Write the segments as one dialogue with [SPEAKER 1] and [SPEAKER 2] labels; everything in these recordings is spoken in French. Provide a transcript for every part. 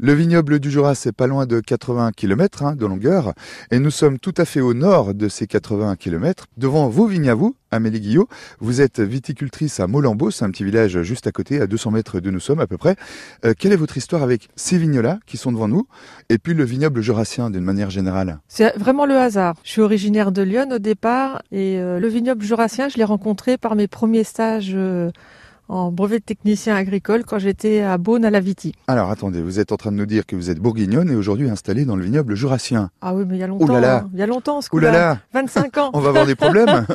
[SPEAKER 1] Le vignoble du Jura, c'est pas loin de 80 km hein, de longueur. Et nous sommes tout à fait au nord de ces 80 km. Devant vos vignes à vous, Amélie Guillot, vous êtes viticultrice à Molambeau, c'est un petit village juste à côté, à 200 mètres de nous sommes à peu près. Euh, quelle est votre histoire avec ces vignes-là qui sont devant nous et puis le vignoble jurassien d'une manière générale
[SPEAKER 2] C'est vraiment le hasard. Je suis originaire de Lyon au départ et euh, le vignoble jurassien, je l'ai rencontré par mes premiers stages. euh, en brevet de technicien agricole quand j'étais à Beaune à la Viti.
[SPEAKER 1] Alors attendez, vous êtes en train de nous dire que vous êtes bourguignonne et aujourd'hui installée dans le vignoble jurassien.
[SPEAKER 2] Ah oui, mais il y a longtemps.
[SPEAKER 1] là là.
[SPEAKER 2] hein. Il y a longtemps, ce
[SPEAKER 1] Ouh là
[SPEAKER 2] coup-là.
[SPEAKER 1] là
[SPEAKER 2] 25 ans.
[SPEAKER 1] On va avoir des problèmes.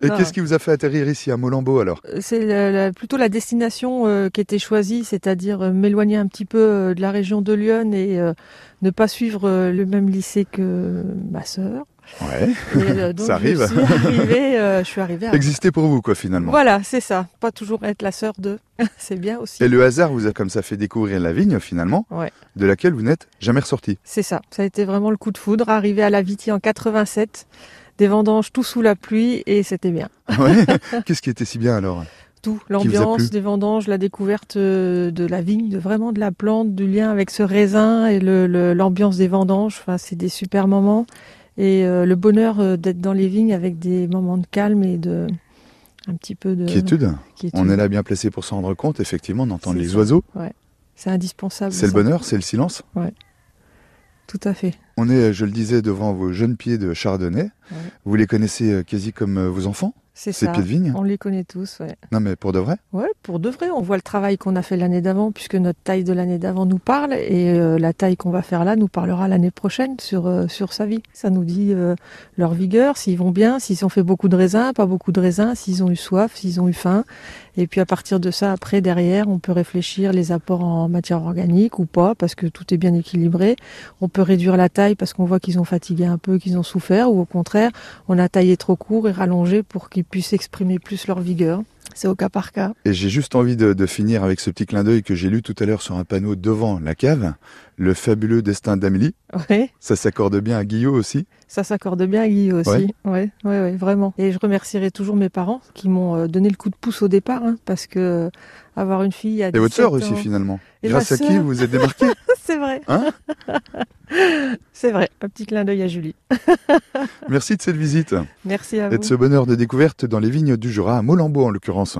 [SPEAKER 1] et
[SPEAKER 2] Non.
[SPEAKER 1] qu'est-ce qui vous a fait atterrir ici à Molambeau alors
[SPEAKER 2] Euh, C'est la- la- plutôt la destination euh, qui était choisie, c'est-à-dire euh, m'éloigner un petit peu euh, de la région de Lyon et euh, ne pas suivre euh, le même lycée que euh, ma sœur.
[SPEAKER 1] Ouais.
[SPEAKER 2] Et, euh, donc,
[SPEAKER 1] Ça arrive.
[SPEAKER 2] Je suis arrivée, euh, je suis arrivée à...
[SPEAKER 1] Exister pour vous quoi finalement.
[SPEAKER 2] Voilà, c'est ça. Pas toujours être la sœur de. c'est bien aussi.
[SPEAKER 1] Et le hasard vous a comme ça fait découvrir la vigne finalement,
[SPEAKER 2] Ouais.
[SPEAKER 1] de laquelle vous n'êtes jamais ressorti.
[SPEAKER 2] C'est ça. Ça a été vraiment le coup de foudre. Arrivé à la Viti en 87, des vendanges tout sous la pluie et c'était bien.
[SPEAKER 1] Ah Ouais. Qu'est-ce qui était si bien alors
[SPEAKER 2] Tout,
[SPEAKER 1] vous a plu
[SPEAKER 2] l'ambiance des vendanges, la découverte euh, de la vigne, de vraiment de la plante, du lien avec ce raisin et le- le- l'ambiance des vendanges. Enfin, c'est des super moments et euh, le bonheur euh, d'être dans les vignes avec des moments de calme et de un petit peu de
[SPEAKER 1] Quiétude.
[SPEAKER 2] quiétude.
[SPEAKER 1] On est là bien placé pour s'en rendre compte, effectivement, d'entendre
[SPEAKER 2] C'est
[SPEAKER 1] les
[SPEAKER 2] ça.
[SPEAKER 1] oiseaux.
[SPEAKER 2] C'est indispensable.
[SPEAKER 1] C'est le
[SPEAKER 2] ça.
[SPEAKER 1] bonheur, c'est le silence.
[SPEAKER 2] Tout à fait.
[SPEAKER 1] On est, euh, je le disais, devant vos jeunes pieds de chardonnay.
[SPEAKER 2] Ouais.
[SPEAKER 1] Vous les connaissez euh, quasi comme euh, vos enfants,
[SPEAKER 2] C'est
[SPEAKER 1] ces
[SPEAKER 2] ça.
[SPEAKER 1] pieds de vigne.
[SPEAKER 2] On les connaît tous. Ouais.
[SPEAKER 1] Non, mais pour de vrai.
[SPEAKER 2] Ouais, pour de vrai, on voit le travail qu'on a fait l'année d'avant, puisque notre taille de l'année d'avant nous parle, et euh, la taille qu'on va faire là nous parlera l'année prochaine sur, euh, sur sa vie. Ça nous dit euh, leur vigueur, s'ils vont bien, s'ils ont fait beaucoup de raisins, pas beaucoup de raisins, s'ils ont eu soif, s'ils ont eu faim. Et puis à partir de ça, après, derrière, on peut réfléchir les apports en matière organique ou pas, parce que tout est bien équilibré. On peut réduire la taille parce qu'on voit qu'ils ont fatigué un peu, qu'ils ont souffert, ou au contraire, on a taillé trop court et rallongé pour qu'ils puissent exprimer plus leur vigueur. C'est au cas par cas.
[SPEAKER 1] Et j'ai juste envie de, de finir avec ce petit clin d'œil que j'ai lu tout à l'heure sur un panneau devant la cave. Le fabuleux destin d'Amélie.
[SPEAKER 2] Ouais,
[SPEAKER 1] Ça s'accorde bien à Guillot aussi.
[SPEAKER 2] ça s'accorde bien à Guillaume aussi.
[SPEAKER 1] Ouais.
[SPEAKER 2] Ouais. ouais, ouais, vraiment. Et je remercierai toujours mes parents qui m'ont euh, donné le coup de pouce au départ, hein, parce que euh, avoir une fille à
[SPEAKER 1] Et votre
[SPEAKER 2] 17
[SPEAKER 1] sœur aussi,
[SPEAKER 2] ans-
[SPEAKER 1] finalement.
[SPEAKER 2] Et
[SPEAKER 1] Grâce
[SPEAKER 2] ma
[SPEAKER 1] à qui
[SPEAKER 2] sœur.
[SPEAKER 1] vous vous êtes démarqué.
[SPEAKER 2] C'est vrai.
[SPEAKER 1] Hein
[SPEAKER 2] C'est vrai. Un petit clin d'œil à Julie.
[SPEAKER 1] Merci de cette visite
[SPEAKER 2] Merci à
[SPEAKER 1] et
[SPEAKER 2] vous.
[SPEAKER 1] de ce bonheur de découverte dans les vignes du Jura, à Molambeau en l'occurrence.